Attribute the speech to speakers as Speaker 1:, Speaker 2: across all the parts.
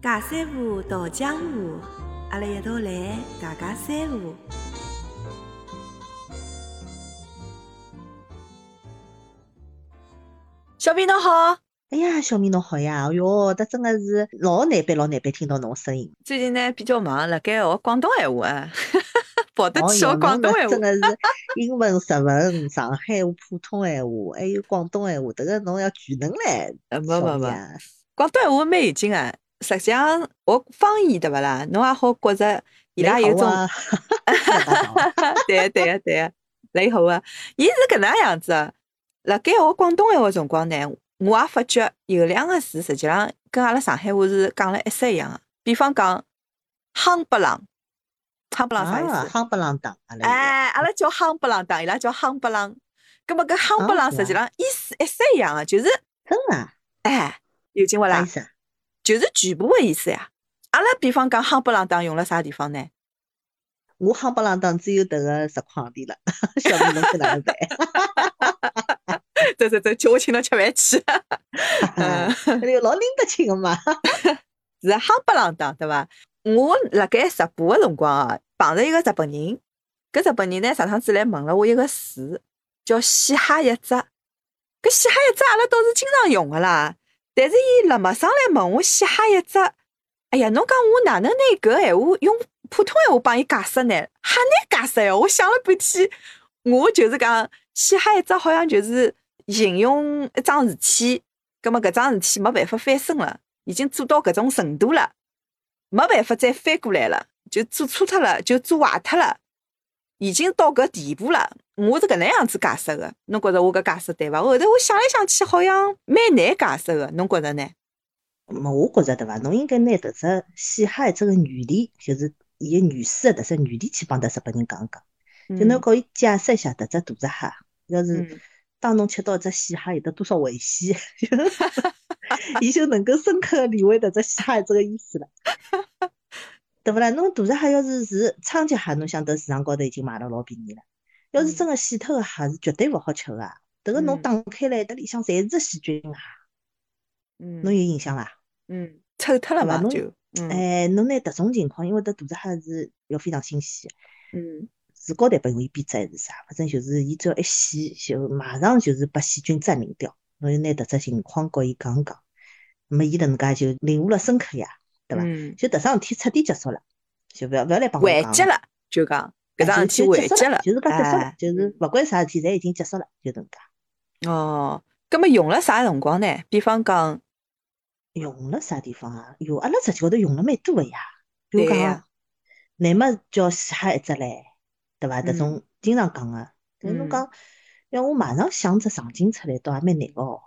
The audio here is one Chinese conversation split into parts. Speaker 1: 假山河桃江湖，阿拉一道来解解山河。
Speaker 2: 小编侬好，
Speaker 3: 哎呀，小明侬好呀！哎哟，这真的是老难办，老难办，听到侬声音。
Speaker 2: 最近呢比较忙，辣盖学广东闲话 啊，跑
Speaker 3: 哦
Speaker 2: 得去学广东哎闲
Speaker 3: 真
Speaker 2: 话。
Speaker 3: 的是英文、日文、上海话、普通闲话，还有广东闲话，迭个侬要全能嘞！
Speaker 2: 呃，没
Speaker 3: 小啊
Speaker 2: 没没，
Speaker 3: 姐
Speaker 2: 广东闲话蛮有劲啊。实际上学方言对勿啦？侬也好觉着伊拉有种
Speaker 3: 蛮 好，啊哈哈哈
Speaker 2: 对啊对啊对啊，雷好啊。伊是搿能样子啊。辣盖学广东闲话辰光呢，我也发觉有两个字实际上跟阿拉上海话是讲了一式一样个。比方讲，夯不啷，夯不啷啥意
Speaker 3: 啊，
Speaker 2: 思？
Speaker 3: 夯不啷当，阿拉有
Speaker 2: 哎，阿拉叫夯不啷当，伊拉叫夯不啷。葛么搿夯不啷
Speaker 3: 哦是啊
Speaker 2: 实际上意思一式一样个，就是
Speaker 3: 真的啊
Speaker 2: 哎，有劲勿
Speaker 3: 啥
Speaker 2: 啦
Speaker 3: 意？思啊？
Speaker 2: 就是全部个意思呀。阿拉比方讲夯不啷当用了啥地方呢？
Speaker 3: 我夯不啷当只有迭个石矿店了， 小明侬去哪能办？
Speaker 2: 走走走，叫我请侬吃饭去。 嗯
Speaker 3: 哎呦，老拎得清个嘛！
Speaker 2: 是夯不啷当，对伐？我辣盖直播个辰光啊，碰着一个日本人，搿日本人呢上趟子来问了我一个词，叫嘻哈一只。搿嘻哈一只阿拉倒是经常用个啦，但是伊辣陌生来问我嘻哈一只，哎呀，侬讲我哪能拿搿闲话用普通闲话帮伊解释呢？哈难解释呀！我想了半天，我就是讲嘻哈一只好像就是形容一桩事体，葛末搿桩事体没办法翻身了。已经做到搿种程度了，没办法再翻过来了，就做错脱了，就做坏脱了，已经到搿地步了。我是搿能样子解释个，侬觉着我搿解释对伐？后头我想来想去，好像蛮难解释个，侬觉着呢？
Speaker 3: 么，我觉着对伐？侬应该拿迭只嘻哈的这个原理，就是伊个原始的迭只原理去帮迭日本人讲一讲，就侬告伊解释一下迭只大闸蟹，要
Speaker 2: 嗯
Speaker 3: 是当侬吃到一只细蟹有得多少危险，伊就能够深刻的理会迭只细蟹这个意思了。对勿啦？侬大闸蟹要是是昌吉蟹，侬想迭市场高头已经卖了老便宜了。要是
Speaker 2: 嗯
Speaker 3: 真个死脱个蟹是绝对勿好吃个啊！迭个侬
Speaker 2: 嗯
Speaker 3: 打开来，迭里向侪是细菌啊！
Speaker 2: 嗯
Speaker 3: 侬有印象伐？
Speaker 2: 嗯，臭脱了
Speaker 3: 对伐
Speaker 2: 嘛
Speaker 3: 侬
Speaker 2: 就嗯
Speaker 3: 哎，侬拿迭种情况，因为迭大闸蟹是要非常新鲜，
Speaker 2: 嗯
Speaker 3: 是高台拨伊编制还是啥，反正就是伊只要一洗，就马上就是把细菌占领掉。侬就拿迭只情况告伊讲讲，那么伊能介就领悟了深刻呀，对伐？
Speaker 2: 嗯，
Speaker 3: 就迭桩事体彻底结束了，就勿要勿要来帮我
Speaker 2: 缓
Speaker 3: 讲
Speaker 2: 解了就讲搿桩
Speaker 3: 哎
Speaker 2: 事
Speaker 3: 就
Speaker 2: 体
Speaker 3: 就
Speaker 2: 缓
Speaker 3: 结
Speaker 2: 解
Speaker 3: 束了，就是讲结束了
Speaker 2: 哎，
Speaker 3: 就是勿管啥事体，侪已经结束了，就能介。
Speaker 2: 哦，葛么用了啥辰光呢？比方讲，
Speaker 3: 用了啥地方啊？有阿拉实际高头用了蛮多个呀，比如
Speaker 2: 对
Speaker 3: 讲
Speaker 2: 呀
Speaker 3: 啊，乃末叫死哈一只唻，对伐？
Speaker 2: 嗯
Speaker 3: 迭种经常讲个，但
Speaker 2: 嗯
Speaker 3: 是侬讲要我马上想只场景出来，倒也蛮难个哦。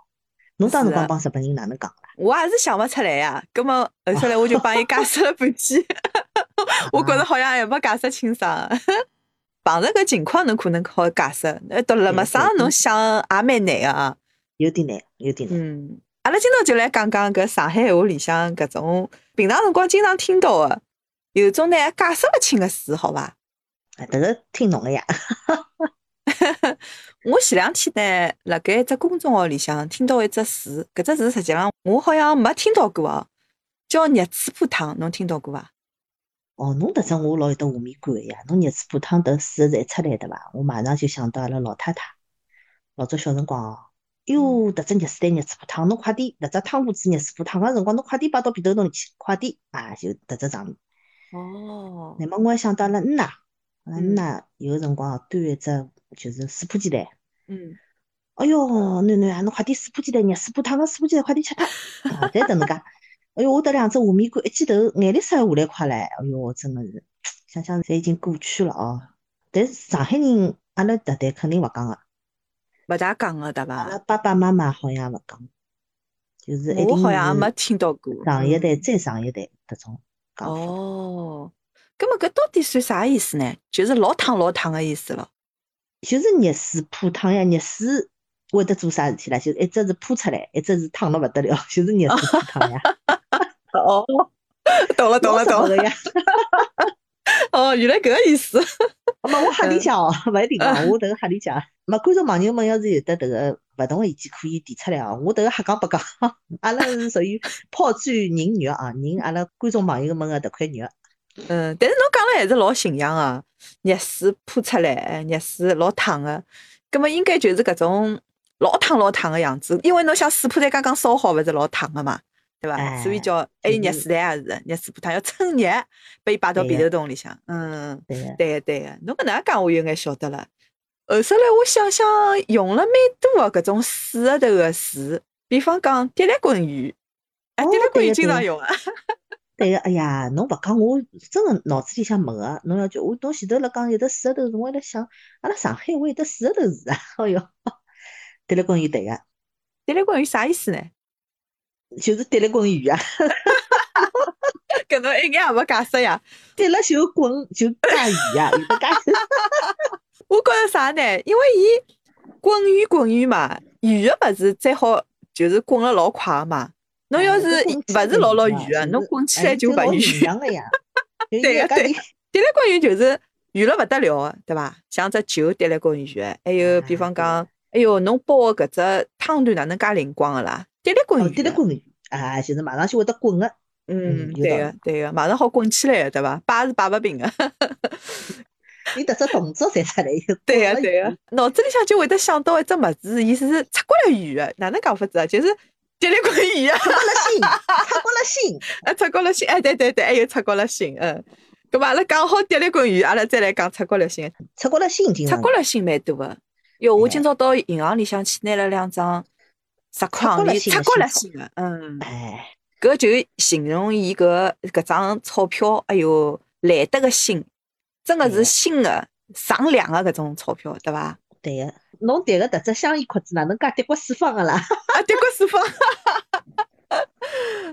Speaker 3: 侬当
Speaker 2: 是
Speaker 3: 时光
Speaker 2: 啊
Speaker 3: 帮日本人哪能讲啦？
Speaker 2: 我也是想勿出来呀。葛么后头来我就帮伊解释了半天。我觉着
Speaker 3: 啊
Speaker 2: 好像还没解释清爽。碰着搿情况，侬可能好解释。呃，到了么
Speaker 3: 对
Speaker 2: 啥
Speaker 3: 对
Speaker 2: 侬
Speaker 3: 嗯
Speaker 2: 想也蛮难个啊。
Speaker 3: 有点难，有点难。
Speaker 2: 嗯，阿拉今朝就来讲讲搿上海话里向搿种平常辰光经常听到个，有种呢解释勿清个词，好伐？
Speaker 3: 啊，迭个听侬个呀，
Speaker 2: 我前两天呢，辣盖一只公众号里向听到一只词，搿只词实际上我好像没听到过哦，叫热水破汤，侬听到过伐？
Speaker 3: 哦，侬迭只我老有得画面感个呀。侬热水煲汤迭四个字一出来，对伐？我马上就想到阿拉老太太，老早小辰光哦。哟，迭只热水袋热水煲汤，侬快点！迭只汤锅子热水煲汤个辰光，侬快点摆到被头洞里去，快点！啊，就迭只场面。
Speaker 2: 哦
Speaker 3: 乃末我还想到阿拉姆奶，阿拉姆
Speaker 2: 嗯
Speaker 3: 奶有个辰光哦端一只就是水泼鸡蛋，
Speaker 2: 嗯，
Speaker 3: 哎哟，囡囡啊，侬快点水泼鸡蛋，热水泼汤个水泼鸡蛋，快点吃它！啊，侪迭能介。哎哟，我得两只画面感，一记头眼泪水也下来快唻！哎哟，真个是，想想侪已经过去了哦。但是上海人，阿拉迭代肯定勿讲个，
Speaker 2: 勿大讲个对
Speaker 3: 阿拉
Speaker 2: 伐？
Speaker 3: 爸爸妈妈好像也勿讲，就是一
Speaker 2: 我
Speaker 3: 定
Speaker 2: 好像也
Speaker 3: 是
Speaker 2: 没听到过。
Speaker 3: 上一代
Speaker 2: 嗯
Speaker 3: 再上一代迭种讲法。
Speaker 2: 哦，葛么搿到底算啥意思呢？就是老烫老烫个意思了。
Speaker 3: 就是热水泼汤呀，热水会得做啥事体啦？就是一只是泼出来，一只是烫了勿得了，就是热水泼汤呀，
Speaker 2: 哦，懂了懂了
Speaker 3: 老
Speaker 2: 懂
Speaker 3: 早
Speaker 2: 了。
Speaker 3: 的呀。
Speaker 2: 哦，原来搿个意思。
Speaker 3: 没，我瞎里讲哦， 勿一定
Speaker 2: 嗯
Speaker 3: 哦，我迭个瞎里讲。没，观众朋友们要是有的迭个勿同个意见，可以提出来哦。我迭个瞎讲八讲， 阿拉是属于抛砖引玉啊，引阿拉观众朋友们个迭块玉。
Speaker 2: 嗯，但是侬讲了还是老形象啊，热水泼出来，热水老烫个，葛么啊应该就是搿种老烫老烫个样子，因为侬想水泼才刚刚烧好，勿是老烫个嘛，对伐？
Speaker 3: 哎
Speaker 2: 所以叫 E 还有热水袋也是，热水泼烫要趁热，被伊摆到
Speaker 3: 对
Speaker 2: 被
Speaker 3: 个
Speaker 2: 头洞里向。嗯，
Speaker 3: 对个，
Speaker 2: 对个对个，侬搿能介讲我有眼晓得了。后首来我想想，用了蛮多啊个搿种水个头个词，比方讲滴来滚鱼，啊，
Speaker 3: 哦
Speaker 2: 滴来滚
Speaker 3: 对
Speaker 2: 鱼
Speaker 3: 个
Speaker 2: 经
Speaker 3: 对
Speaker 2: 常
Speaker 3: 个
Speaker 2: 用啊。
Speaker 3: 对个。哎呀，侬勿讲我真个脑子里向没个。侬要叫我侬前头辣讲有的水个头，我还辣想，阿拉上海话有的水个头是啊。 哎哟，对了，关于对个，
Speaker 2: 滴来滚鱼啥意思呢？
Speaker 3: 就是对了关于啊。
Speaker 2: 搿侬一眼也勿解释呀。
Speaker 3: 对了就滚就加鱼啊，有 的加鱼。
Speaker 2: 我觉着啥呢？因为伊滚鱼滚鱼嘛，鱼个物事最好就是滚了老快个嘛。侬要
Speaker 3: 哎
Speaker 2: 是
Speaker 3: 搿
Speaker 2: 勿
Speaker 3: 滚起
Speaker 2: 是
Speaker 3: 来
Speaker 2: 老老
Speaker 3: 就
Speaker 2: 鱼啊，
Speaker 3: 是
Speaker 2: 侬滚起
Speaker 3: 哎
Speaker 2: 来就
Speaker 3: 老
Speaker 2: 勿
Speaker 3: 形
Speaker 2: 鱼。
Speaker 3: 象个呀，就
Speaker 2: 对
Speaker 3: 有
Speaker 2: 个
Speaker 3: 家
Speaker 2: 对
Speaker 3: 里
Speaker 2: 滴来滚鱼就是圆了勿得了个，对伐？像只球滴来滚鱼，还有比
Speaker 3: 啊
Speaker 2: 方
Speaker 3: 对
Speaker 2: 讲，哎哟，侬煲个搿只汤团哪能介灵光个啦？滴来滚
Speaker 3: 哦，
Speaker 2: 鱼，
Speaker 3: 对了滚鱼啊，就是马上就会得滚个。
Speaker 2: 嗯，
Speaker 3: 嗯有
Speaker 2: 对
Speaker 3: 道
Speaker 2: 个对个，马上好滚起来个，对伐？摆是摆勿平个。
Speaker 3: 你迭只动作才出来，又
Speaker 2: 对
Speaker 3: 呀
Speaker 2: 个对啊
Speaker 3: 呀
Speaker 2: 个，，脑子里向就会得想到一只物事，伊是擦过了圆个，哪能讲法子啊？就是滴来滚鱼啊。
Speaker 3: 擦过了心，擦过了心。
Speaker 2: 啊，出国了心，哎，对对对，还有出国了心，嗯。咁嘛，阿拉讲好跌来滚鱼，阿拉再来讲出国了心。
Speaker 3: 出国了心，经
Speaker 2: 出
Speaker 3: 常
Speaker 2: 国了心蛮多个，哟，我今
Speaker 3: 哎
Speaker 2: 朝到银行里向去拿了两张十块
Speaker 3: 出国
Speaker 2: 行
Speaker 3: 了
Speaker 2: 钿，
Speaker 3: 心
Speaker 2: 出
Speaker 3: 的
Speaker 2: 国
Speaker 3: 新
Speaker 2: 了
Speaker 3: 钞
Speaker 2: 心个，嗯，
Speaker 3: 哎，
Speaker 2: 搿就形容伊搿搿张钞票，哎哟，来得个新，真个是
Speaker 3: 对
Speaker 2: 新个上两个搿种钞票，对 伐？
Speaker 3: 对个，侬迭个迭只香烟壳子哪能介跌过四方个啦？
Speaker 2: 啊，德国四 方，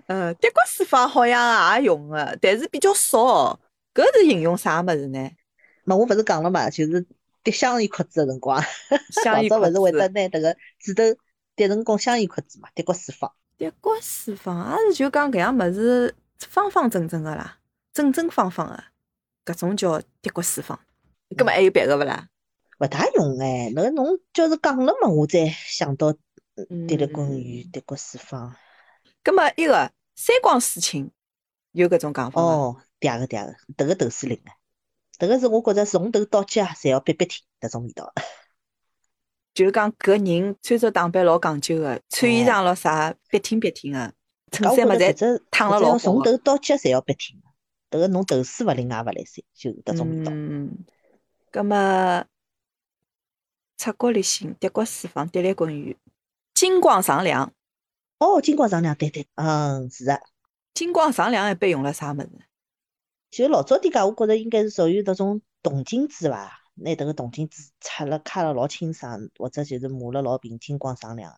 Speaker 2: 嗯，德国四方好像也用个，但是比较少。搿是形容啥物事 呢？
Speaker 3: 嘛，我勿是讲了嘛，就是跌香烟壳子个 辰光，
Speaker 2: 香
Speaker 3: 老
Speaker 2: 烟
Speaker 3: 早
Speaker 2: 壳
Speaker 3: 勿是会得
Speaker 2: 子。
Speaker 3: 拿迭个指头跌成功香烟壳子嘛，跌过四方。
Speaker 2: 德国四方也是就讲搿样物事方方正正个啦，正正方方个，搿种叫德国四方。葛末还有别个勿啦？
Speaker 3: 勿大用哎，那侬叫是讲了嘛，我才想到跌了滚鱼，
Speaker 2: 嗯
Speaker 3: 跌过四方。
Speaker 2: 葛末一个三光四庆，有搿种讲法伐？
Speaker 3: 哦，嗲个嗲个，迭个头是灵个，迭个是我觉着从头到脚侪啊要逼逼听迭种 味道。
Speaker 2: 就是讲搿人穿着打扮老讲究个，穿衣
Speaker 3: 哎
Speaker 2: 裳咯啥笔挺笔挺个，衬
Speaker 3: 搿我
Speaker 2: 衫
Speaker 3: 觉
Speaker 2: 嘛
Speaker 3: 着搿
Speaker 2: 侪
Speaker 3: 只
Speaker 2: 烫
Speaker 3: 搿
Speaker 2: 了
Speaker 3: 只
Speaker 2: 老啊
Speaker 3: 要从
Speaker 2: 好个
Speaker 3: 头到脚侪要逼听个，迭个侬头水勿灵也勿来三，就是迭种味道。
Speaker 2: 嗯，葛么，出国旅行，德国四方，跌来滚圆，金光闪亮，
Speaker 3: 哦，金光上亮，对对，嗯，是个。
Speaker 2: 金光闪亮一般用了啥物事？
Speaker 3: 就老早点介，我觉着应该是属于迭种铜镜子伐，拿迭个铜镜子擦了擦了老清爽，或者就是抹了老平，金光闪亮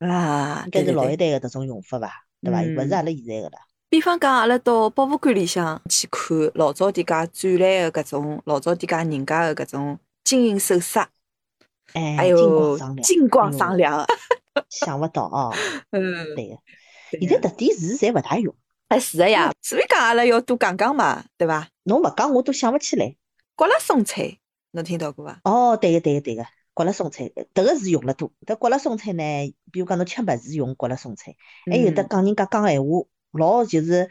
Speaker 3: 啊，
Speaker 2: 啊，
Speaker 3: 应该
Speaker 2: 对
Speaker 3: 是
Speaker 2: 对
Speaker 3: 老一
Speaker 2: 对。
Speaker 3: 代个迭种用法伐，对伐？勿是
Speaker 2: 嗯
Speaker 3: 阿拉现在个啦。
Speaker 2: 比方讲，阿拉到博物馆里向去看老早点家展览的搿种，老早点家人家的搿种金银首饰，
Speaker 3: 哎，
Speaker 2: 还
Speaker 3: 金光
Speaker 2: 有
Speaker 3: 闪亮，
Speaker 2: 金光
Speaker 3: 哎
Speaker 2: 闪
Speaker 3: 哟，
Speaker 2: 亮。
Speaker 3: 想勿到哦，
Speaker 2: 嗯，
Speaker 3: 对个。
Speaker 2: 对
Speaker 3: 现在迭点事侪勿大用，
Speaker 2: 哎是的呀，所以讲阿拉要多讲讲嘛，对伐？
Speaker 3: 侬勿讲我都想勿起来。
Speaker 2: 刮辣送菜，侬听到过伐？
Speaker 3: 哦，对个对个对个，刮辣松菜，迭个是用了多。迭刮辣松菜呢，比如讲侬吃物事用刮辣松菜，还有的
Speaker 2: 嗯
Speaker 3: 讲人家讲闲话，老就是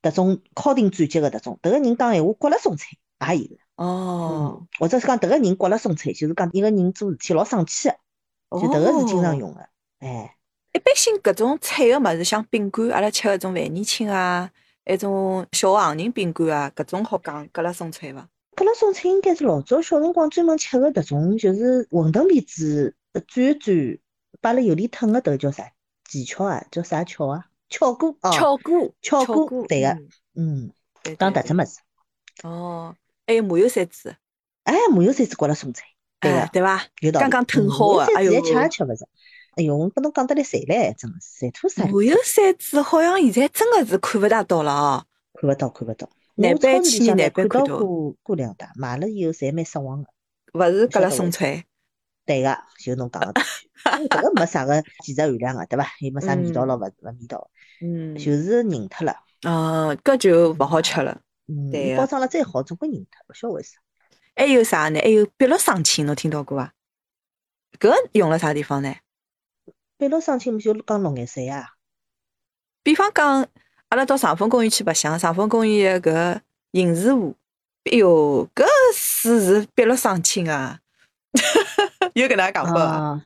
Speaker 3: 迭种敲定转接个迭种，迭个人讲闲话刮辣松菜也有。
Speaker 2: 哦。
Speaker 3: 嗯，或者是讲迭个人刮辣松菜，就是讲一个人做事体老生气个，就迭个是经常
Speaker 2: 哦
Speaker 3: 用个。哎，
Speaker 2: 一般性搿种菜个物事，像饼干，阿拉吃搿种万年青啊，埃种小杭仁饼干啊，搿种好讲搿拉送菜伐？
Speaker 3: 搿辣松菜应该是老早小辰光专门吃个迭种，就是馄饨皮子呃转一转，摆辣油里烫个迭个叫啥？技巧啊，叫啥巧啊？巧锅哦，
Speaker 2: 鼓
Speaker 3: 巧
Speaker 2: 敲
Speaker 3: 鼓
Speaker 2: 鼓，
Speaker 3: 对个
Speaker 2: 嗯，
Speaker 3: 嗯，
Speaker 2: 对
Speaker 3: 当
Speaker 2: 对
Speaker 3: 迭只物事。
Speaker 2: 对哦，还有麻油三子，
Speaker 3: 哎，麻油三子刮辣松菜，对
Speaker 2: 哎
Speaker 3: 个，
Speaker 2: 对伐？
Speaker 3: 有道理。
Speaker 2: 刚刚烫
Speaker 3: 嗯
Speaker 2: 好
Speaker 3: 我
Speaker 2: 的
Speaker 3: 三
Speaker 2: 哎
Speaker 3: 子
Speaker 2: 哟
Speaker 3: 现在吃也吃勿着。哎哟，我拨侬讲得来馋唻，真个是馋吐
Speaker 2: 麻
Speaker 3: 啥？
Speaker 2: 油三子好像现在真个是看勿大到了哦。
Speaker 3: 看勿到，看勿到。
Speaker 2: 难
Speaker 3: 我
Speaker 2: 怪
Speaker 3: 超市
Speaker 2: 去
Speaker 3: 里
Speaker 2: 年
Speaker 3: 向呢
Speaker 2: 难怪
Speaker 3: 看
Speaker 2: 看
Speaker 3: 到
Speaker 2: 到
Speaker 3: 过过两打，买了以后侪蛮失望个。
Speaker 2: 勿是搿
Speaker 3: 晓
Speaker 2: 拉
Speaker 3: 得
Speaker 2: 送
Speaker 3: 为
Speaker 2: 菜，
Speaker 3: 对个，就侬讲个对， 因为迭个没啥个技术含量啊个，对伐？又没啥味道咯，勿勿味道，
Speaker 2: 嗯，
Speaker 3: 就是认脱了。
Speaker 2: 啊，搿就勿好吃了。
Speaker 3: 嗯，
Speaker 2: 对
Speaker 3: 伊
Speaker 2: 个
Speaker 3: 包装了再好，总归认脱，勿晓得为啥。
Speaker 2: 还有啥呢？还有碧绿双青，侬听到过伐？搿用了啥地方呢？
Speaker 3: 碧绿双亲勿就讲绿眼水啊？
Speaker 2: 比方讲，阿拉到长风公园去白相，长风公园的搿银池湖，哎哟，搿水是碧绿双青啊！ 有搿能介讲法伐？
Speaker 3: 啊，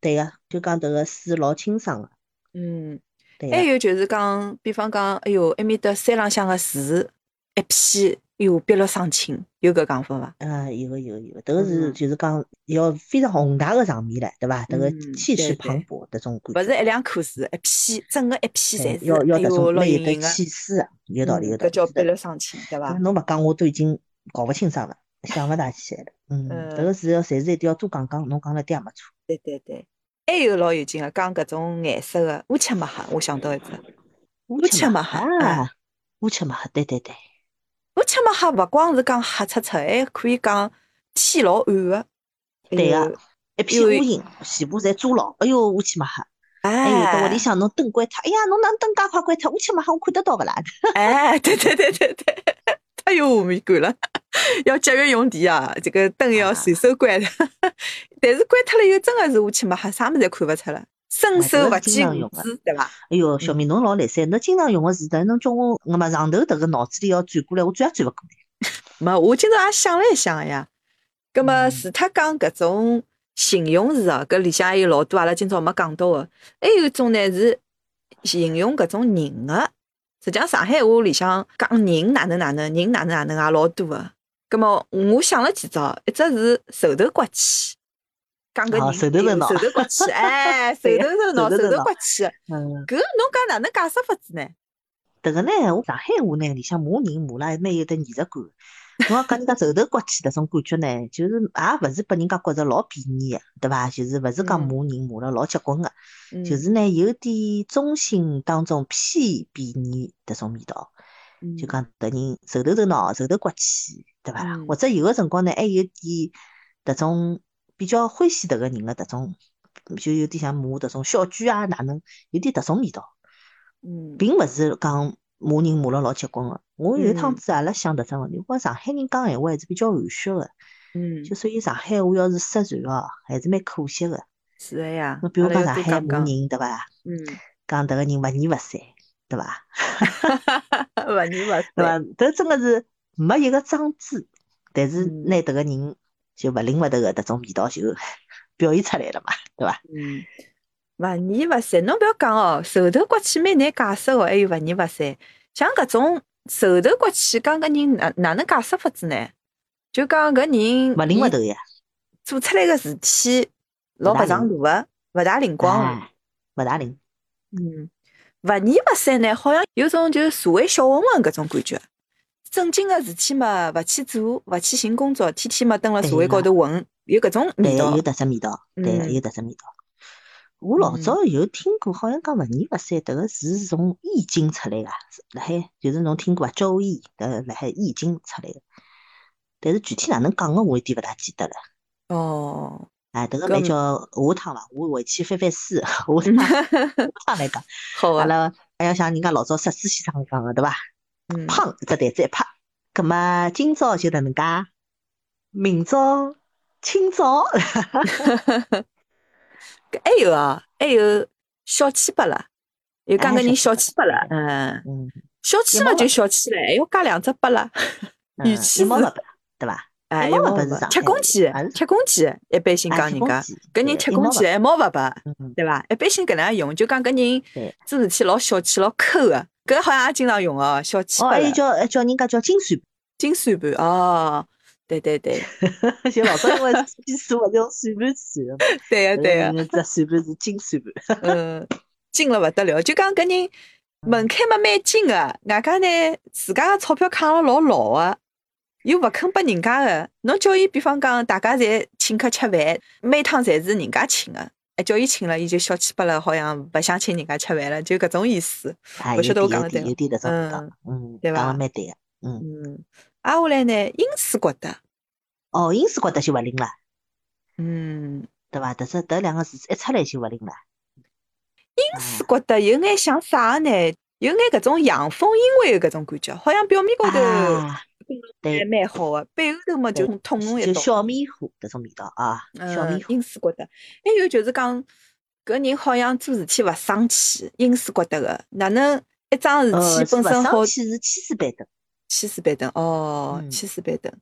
Speaker 3: 对个，就讲迭个水老清爽个，
Speaker 2: 嗯，
Speaker 3: 对
Speaker 2: 还
Speaker 3: 个，
Speaker 2: 有就是讲，比方讲，哎哟，埃面搭山浪向个树一片，哎哟，碧绿双青，有搿讲法伐？
Speaker 3: 啊，有个有个有个，迭个
Speaker 2: 嗯
Speaker 3: 是就是讲要非常宏大个场面唻，对伐？迭个
Speaker 2: 嗯
Speaker 3: 气
Speaker 2: 对
Speaker 3: 势
Speaker 2: 对
Speaker 3: 磅礴迭种
Speaker 2: 勿
Speaker 3: 感
Speaker 2: 是一两棵树，一片，整个一片
Speaker 3: 觉
Speaker 2: 侪
Speaker 3: 对，
Speaker 2: 是，
Speaker 3: 要要
Speaker 2: 哎
Speaker 3: 迭
Speaker 2: 哟，
Speaker 3: 种
Speaker 2: 老
Speaker 3: 那有
Speaker 2: 引
Speaker 3: 得
Speaker 2: 人个，
Speaker 3: 气势个，有道理
Speaker 2: 嗯
Speaker 3: 有道
Speaker 2: 搿
Speaker 3: 理。
Speaker 2: 叫啊
Speaker 3: 是
Speaker 2: 碧
Speaker 3: 的嗯
Speaker 2: 绿双青，对伐？
Speaker 3: 侬勿讲我都已经搞勿清爽了，想勿大起来了。嗯，迭
Speaker 2: 嗯
Speaker 3: 个是要侪是一定要多讲讲，侬讲了点也没错。
Speaker 2: 对对对，还有老有劲个，啊讲搿种颜色个乌漆嘛黑，我想到一只。
Speaker 3: 乌
Speaker 2: 乌漆嘛黑
Speaker 3: 啊，乌漆嘛黑，对对对，
Speaker 2: 乌漆嘛黑，勿光是讲黑漆漆，还可以讲天老暗个。哎
Speaker 3: 对
Speaker 2: 哟
Speaker 3: 个，一片
Speaker 2: 有
Speaker 3: 乌云，全部侪遮牢。哎哟，乌漆嘛黑。哎，有的屋里
Speaker 2: 哎
Speaker 3: 向侬灯关脱，哎呀，侬哪能灯介快关脱？乌漆嘛黑，我看得到勿啦？
Speaker 2: 哎，对对对对对，太有画面感了，要节约用电啊！这个灯要
Speaker 3: 啊
Speaker 2: 随手关 的，但是关脱了以后，真的是乌漆嘛黑，啥物事侪看勿出了，伸
Speaker 3: 哎这
Speaker 2: 手
Speaker 3: 个
Speaker 2: 勿
Speaker 3: 是经
Speaker 2: 见
Speaker 3: 常
Speaker 2: 五
Speaker 3: 用的
Speaker 2: 指，对伐？
Speaker 3: 哎哟，小明侬老来塞，侬经常用个字，但侬叫我，我嘛上头迭个脑子里要转过来，我转也转勿过来。
Speaker 2: 没，我今朝也想了一想呀。葛么，
Speaker 3: 嗯
Speaker 2: 除脱讲搿种形容词哦，搿里向还有老多阿拉今朝没讲到个，还有一种呢是形容搿种人个、实际上上海话里向讲人哪能哪能，人哪能哪能也老多个。葛么，我想了几招，一只是手头骨气，讲搿
Speaker 3: 哦
Speaker 2: 人
Speaker 3: 手头头脑
Speaker 2: 手头骨 气，哎，手
Speaker 3: 对
Speaker 2: 头
Speaker 3: 呀
Speaker 2: 头脑，
Speaker 3: 手
Speaker 2: 手
Speaker 3: 头头
Speaker 2: 头
Speaker 3: 脑
Speaker 2: 骨气，
Speaker 3: 嗯，
Speaker 2: 搿侬讲哪能解释法子呢？
Speaker 3: 迭个呢，我上海话呢，里向骂人骂了还蛮有得艺术感。侬要讲人家手头刮起迭种感觉呢，就是也勿是拨人家觉着老便宜个，对伐？就是勿是讲
Speaker 2: 嗯
Speaker 3: 骂人骂了老结棍个，
Speaker 2: 嗯
Speaker 3: 就是呢有点中性当中偏便宜迭种味道。
Speaker 2: 嗯
Speaker 3: 就讲迭人手头头脑、手头骨气，对伐？
Speaker 2: 嗯
Speaker 3: 或者有个辰光呢，还有点迭种比较欢喜迭个人的迭种，就有点像骂迭种小句啊，哪能有点迭种味道，
Speaker 2: 嗯，
Speaker 3: 并勿是讲骂人骂了老结棍个。我有一趟
Speaker 2: 嗯
Speaker 3: 子阿拉想迭只问题，我讲上海人讲闲话还是比较含蓄个，
Speaker 2: 嗯，
Speaker 3: 就所以上海话要是失传哦，还是蛮可惜个。
Speaker 2: 是的呀。
Speaker 3: 侬比如
Speaker 2: 阿拉
Speaker 3: 讲
Speaker 2: 要多
Speaker 3: 上海
Speaker 2: 讲
Speaker 3: 骂
Speaker 2: 讲
Speaker 3: 人，对伐？
Speaker 2: 嗯。
Speaker 3: 讲迭个人勿义勿善，对伐？
Speaker 2: 勿认勿
Speaker 3: 对伐？迭真个是没一个装置，但是
Speaker 2: 嗯
Speaker 3: 拿迭个人就勿灵勿头个迭种味道就 表现出来了嘛，对伐？
Speaker 2: 嗯，勿认勿散，侬勿要讲哦，手头骨气蛮难解释哦，还有勿认勿散。像搿种手头骨气，讲搿人哪哪能解释法子呢？就讲搿人
Speaker 3: 勿灵
Speaker 2: 伊
Speaker 3: 勿头呀，
Speaker 2: 做出来个事体老
Speaker 3: 勿
Speaker 2: 白
Speaker 3: 大
Speaker 2: 上大个，勿大灵光个。
Speaker 3: 哎勿大灵。
Speaker 2: 嗯，勿认勿散呢，好像有种就是社会小混混搿种感觉。正经个事体嘛，勿去做，勿去寻工作，天天嘛蹲辣社会
Speaker 3: 对
Speaker 2: 高
Speaker 3: 呀
Speaker 2: 头混，有搿种
Speaker 3: 对，
Speaker 2: 味道
Speaker 3: 有。迭只味道，对，
Speaker 2: 嗯
Speaker 3: 有迭只味道。我老早有听过，好像讲勿义勿善，迭个字是从《易经》出来个，辣海就是侬听过伐？《周易》呃，辣海《易经》出来个。但是具体哪能讲个，我有点勿大记得了。
Speaker 2: 哦，
Speaker 3: 哎，迭个
Speaker 2: 搿
Speaker 3: 蛮
Speaker 2: 么
Speaker 3: 叫下趟伐，我回去翻翻书， 下趟 下趟来讲。
Speaker 2: 好
Speaker 3: 阿
Speaker 2: 啊，
Speaker 3: 拉还要像人家老早石子先生讲个对伐？
Speaker 2: 嗯，
Speaker 3: 砰，一只台子一拍，葛么今朝就哪能介，明朝、清朝，
Speaker 2: 搿还有啊，还有小气巴拉，有讲
Speaker 3: 哎
Speaker 2: 搿人小气巴拉，嗯，
Speaker 3: 嗯，
Speaker 2: 小气嘛就小气了，还要加两只巴拉，语气
Speaker 3: 一毛
Speaker 2: 是
Speaker 3: 勿拔，对伐？
Speaker 2: 哎，
Speaker 3: 一毛
Speaker 2: 要
Speaker 3: 勿
Speaker 2: 么
Speaker 3: 拔
Speaker 2: 勿
Speaker 3: 是
Speaker 2: 拔
Speaker 3: 上
Speaker 2: 铁
Speaker 3: 海
Speaker 2: 公
Speaker 3: 话
Speaker 2: 鸡
Speaker 3: 还是，
Speaker 2: 铁公鸡，一般性
Speaker 3: 哎
Speaker 2: 讲
Speaker 3: 吃
Speaker 2: 人
Speaker 3: 公
Speaker 2: 家，
Speaker 3: 鸡
Speaker 2: 搿人
Speaker 3: 对
Speaker 2: 铁
Speaker 3: 一
Speaker 2: 公
Speaker 3: 毛勿
Speaker 2: 鸡
Speaker 3: 拔
Speaker 2: 一毛勿拔，
Speaker 3: 嗯，
Speaker 2: 对伐？一般性搿能样用，就讲搿人
Speaker 3: 对
Speaker 2: 做事体老小气，老抠个，搿好像也经常用哦，小气
Speaker 3: 哦，
Speaker 2: 巴
Speaker 3: 还有
Speaker 2: 拉，
Speaker 3: 叫还叫人家叫金算
Speaker 2: 金算盘哦，对对 对，
Speaker 3: 盘，就老早因为计数勿是用算盘算的嘛，
Speaker 2: 对个对啊个
Speaker 3: 个，，只算盘是金算盘，
Speaker 2: 嗯，精了勿得了，就讲搿人
Speaker 3: 嗯
Speaker 2: 门槛嘛蛮精个，外加呢自家个钞票扛了老牢个，又勿肯拨人家个。侬叫伊，比方讲大家侪请客吃饭，每趟侪是人家请个，哎，叫伊请了，伊就小气巴拉，好像勿想请人家吃饭了，就搿种意思。
Speaker 3: 哎，
Speaker 2: 勿
Speaker 3: 有
Speaker 2: 晓得我
Speaker 3: 点
Speaker 2: 讲得
Speaker 3: 有点
Speaker 2: 对
Speaker 3: 有点迭种味道
Speaker 2: 嗯，
Speaker 3: 嗯，
Speaker 2: 对
Speaker 3: 讲
Speaker 2: 伐
Speaker 3: 了蛮对个，嗯，
Speaker 2: 嗯，挨下来呢，因此觉得，
Speaker 3: 哦，因此觉得就勿灵了，
Speaker 2: 嗯，
Speaker 3: 对伐？迭只迭两个字一出来就勿灵了，
Speaker 2: 因此觉得有眼像啥呢？有眼搿种阳奉阴违个搿种感觉，好像表面高头
Speaker 3: 啊对
Speaker 2: 还，蛮好个，背后头嘛就捅侬一
Speaker 3: 就
Speaker 2: 刀。
Speaker 3: 小米糊搿种味道啊，小
Speaker 2: 嗯
Speaker 3: 米糊，
Speaker 2: 因此觉得，还有就是讲，搿人好像做事体勿生气，因此觉得个，哪能一桩事
Speaker 3: 呃，
Speaker 2: 体
Speaker 3: 是
Speaker 2: 本
Speaker 3: 勿
Speaker 2: 身好
Speaker 3: 生气是千丝板凳，
Speaker 2: 千丝板凳哦，
Speaker 3: 嗯
Speaker 2: 千丝板凳。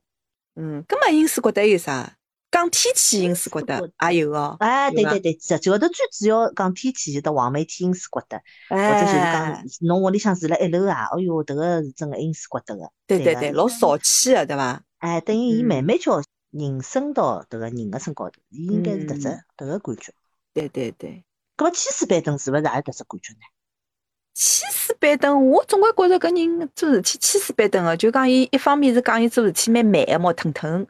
Speaker 2: 嗯，葛末因此觉得还有啥？讲天气因此觉
Speaker 3: 因
Speaker 2: 得
Speaker 3: 此
Speaker 2: 也有哦，
Speaker 3: 哎，
Speaker 2: 对
Speaker 3: 对
Speaker 2: 伐
Speaker 3: 对对，这就搿搭最主要讲天气就得黄梅天因斯觉得，或者就是
Speaker 2: 哎
Speaker 3: 讲，侬屋里向住辣一楼啊，哎哟，迭个是真个因斯觉得个，
Speaker 2: 对
Speaker 3: 对
Speaker 2: 对
Speaker 3: 伐
Speaker 2: 对，老少气个，对伐？
Speaker 3: 哎，等于伊
Speaker 2: 嗯
Speaker 3: 慢慢叫人升到迭个人个身高头，伊应该是迭只
Speaker 2: 嗯
Speaker 3: 迭个感觉。
Speaker 2: 对对对，
Speaker 3: 搿么千丝板凳是勿是也有迭只感觉呢？
Speaker 2: 千丝板凳，我总归觉着搿人做事体千丝板凳个，啊就讲伊一方面是讲伊做事体蛮慢个毛腾腾，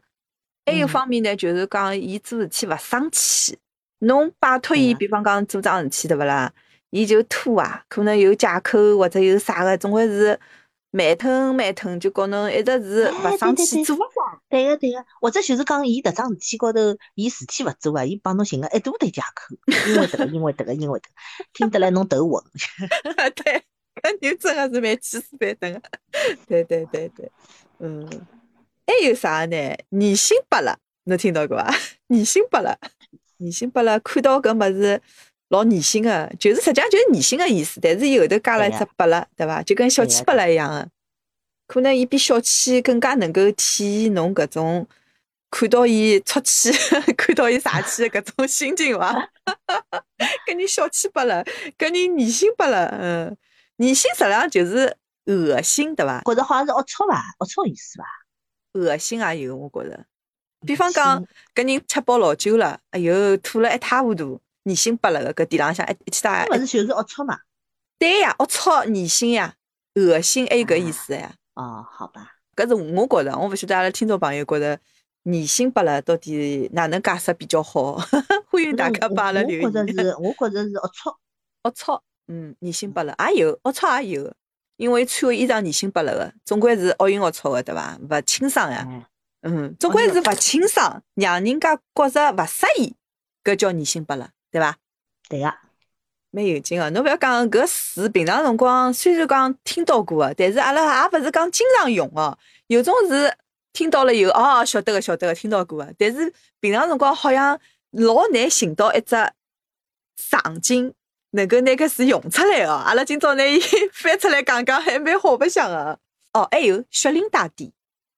Speaker 2: 还有一
Speaker 3: 嗯
Speaker 2: 方面呢就是讲伊做事体勿生气。侬摆脱
Speaker 3: 对
Speaker 2: 伊，
Speaker 3: 啊
Speaker 2: 比方讲做桩事体对勿啦？伊就拖啊，可能有借口或者有啥个，总归是慢腾慢腾，就告侬一直是
Speaker 3: 哎
Speaker 2: 勿生
Speaker 3: 对对
Speaker 2: 气，
Speaker 3: 对
Speaker 2: 做勿好。
Speaker 3: 对个对个，或者就是讲伊迭桩事体高头，伊事体勿做啊，伊帮侬寻个一大堆借口，因为迭个，因为迭个，因为迭个，听得来侬头昏。
Speaker 2: 对，你真个是蛮千丝板凳个。 对对对对，嗯，还有啥呢？疑心八了，侬听到过伐？疑心八了，疑心八了，看到搿物事老疑心个，就是实际上就是疑心个意思，但是伊后头加了一
Speaker 3: 对
Speaker 2: 只
Speaker 3: 呀
Speaker 2: 八了，对伐？就跟小
Speaker 3: 对呀
Speaker 2: 气八了一样个，可能伊比小气更加能够体现侬搿种。看到伊出气， 看到伊撒气的搿种心情伐？ 搿人小气八了，搿人疑心八了，嗯，疑心实际上就是恶心，对伐？
Speaker 3: 觉着好像是龌龊伐，龌龊意思伐？
Speaker 2: 恶心也有，我觉着。比方讲，搿人吃饱老酒了，哎哟，吐了一塌糊涂，疑心八了个，搿地浪向一哎一起大
Speaker 3: 那勿是就是龌龊嘛？
Speaker 2: 对呀，龌龊疑心呀，恶心还有搿意思呀。
Speaker 3: 哦，好吧，
Speaker 2: 搿是我觉着，我勿晓得阿拉听众朋友觉着疑心八了到底哪能解释比较好？ 欢迎大
Speaker 3: 反
Speaker 2: 家
Speaker 3: 正
Speaker 2: 帮阿拉留
Speaker 3: 我我觉着
Speaker 2: 言。
Speaker 3: 是，我觉着是龌 龊。
Speaker 2: 龌龊，嗯，疑心八了也有，龌龊也有，因为穿个衣裳疑心八了个，总归是奥运龌龊个，对伐？勿清爽呀。
Speaker 3: 哎，
Speaker 2: 嗯，总归
Speaker 3: 哎哟
Speaker 2: 是勿清爽，让人家觉着勿适意，搿叫疑心八了，对伐？
Speaker 3: 对个，
Speaker 2: 蛮有劲啊个，侬勿要讲搿词，平常辰光虽然讲听到过个，但是阿拉也勿是讲经常用个、有种是听到了以后，哦，晓得个晓得个，听到过个，但是平常辰光好像老难寻到一只场景能够拿搿词用出来个、阿拉今朝拿伊翻出来讲讲，还蛮好白相个。哦，还有雪岭大帝，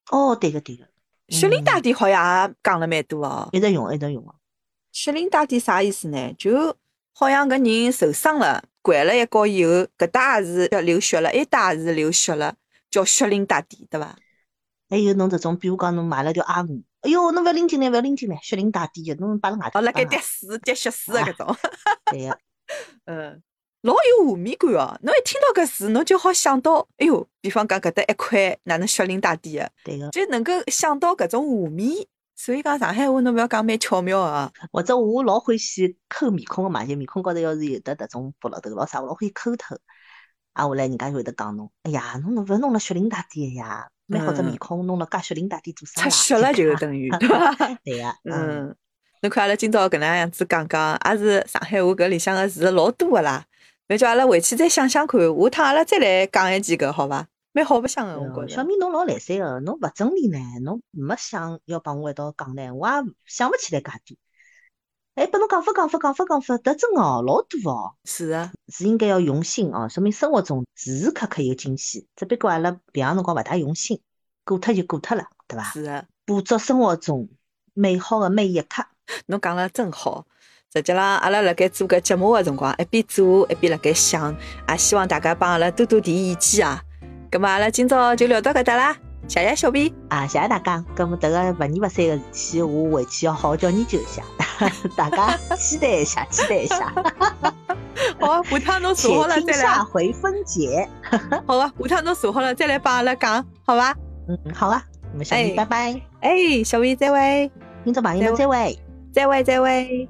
Speaker 3: 哦，对个对个，
Speaker 2: 雪岭大
Speaker 3: 嗯
Speaker 2: 帝好像也讲了蛮多哦。
Speaker 3: 一直用一直用啊。
Speaker 2: 血淋大帝啥意思呢？就好像搿人受伤了，掼了一跤以后，搿搭也是要流血了，埃搭也是流血了，叫血淋大帝，对伐？
Speaker 3: 还有侬这种，比如讲侬买了条阿五，哎哟，侬勿要拎进来，勿要拎进来，血淋大滴个，侬摆辣外头。
Speaker 2: 哦，辣盖
Speaker 3: 摆
Speaker 2: 滴
Speaker 3: 外头
Speaker 2: 水、滴血水啊，搿种，
Speaker 3: 对个，
Speaker 2: 嗯，老有画面感哦。侬一听到搿词，侬就好想到，哎哟，比方讲搿搭一块哪能血淋大帝个，
Speaker 3: 对个。
Speaker 2: 就能够想到搿种画面。所以讲上海话，侬勿要讲蛮巧妙啊。
Speaker 3: 或者我老欢喜抠面孔个嘛，就面孔高头要是有得迭种剥落头咾啥，我老欢喜抠头。啊，后来人家就会得讲侬，哎呀，侬勿要弄了血淋大滴个呀，蛮好只面
Speaker 2: 嗯
Speaker 3: 孔弄了介血淋大滴做啥
Speaker 2: 出
Speaker 3: 啦？
Speaker 2: 血了就
Speaker 3: 啊
Speaker 2: 等于，对 伐？
Speaker 3: 对个，嗯，
Speaker 2: 嗯，侬看阿拉今朝搿能样子讲讲，也是上海话搿里向个字老多个啦。那叫阿拉回去再想想看，下趟阿拉再来讲一期搿好伐？蛮好白相个，我
Speaker 3: 嗯
Speaker 2: 觉
Speaker 3: 小
Speaker 2: 着。
Speaker 3: 米侬老来三个，侬勿整理呢，侬没想要帮我一道讲呢，我也想勿起来介多。哎，拨侬讲法讲法讲法讲法，迭真个哦，老多哦。
Speaker 2: 是啊，
Speaker 3: 是应该要用心哦，说明生活中时时刻刻有惊喜，只不过阿拉平常辰光勿大用心，过脱就过脱了，对伐？
Speaker 2: 是啊，
Speaker 3: 捕捉生活中美好的每一刻，
Speaker 2: 侬讲了真好。实际浪，阿拉辣盖做搿节目个辰光，一边做一边辣盖想，也希望大家帮阿拉多多提意见啊。葛末阿拉今朝就聊到搿搭啦，谢谢小编，
Speaker 3: 啊！谢谢大家，咁么迭个勿二勿三个事体，我回去要好好叫研究一下， 大家期待一下，期待 一下，
Speaker 2: 好，啊下趟侬
Speaker 3: 且
Speaker 2: 坐好了
Speaker 3: 听
Speaker 2: 再来
Speaker 3: 下
Speaker 2: 啊，
Speaker 3: 回分解。
Speaker 2: 好啊，下趟侬坐好了再来帮阿拉讲，好伐？
Speaker 3: 嗯，好啊，我们下
Speaker 2: 哎
Speaker 3: 面拜拜，
Speaker 2: 哎，小编再会。
Speaker 3: 听众朋友们
Speaker 2: 再
Speaker 3: 再会。
Speaker 2: 再会，再会。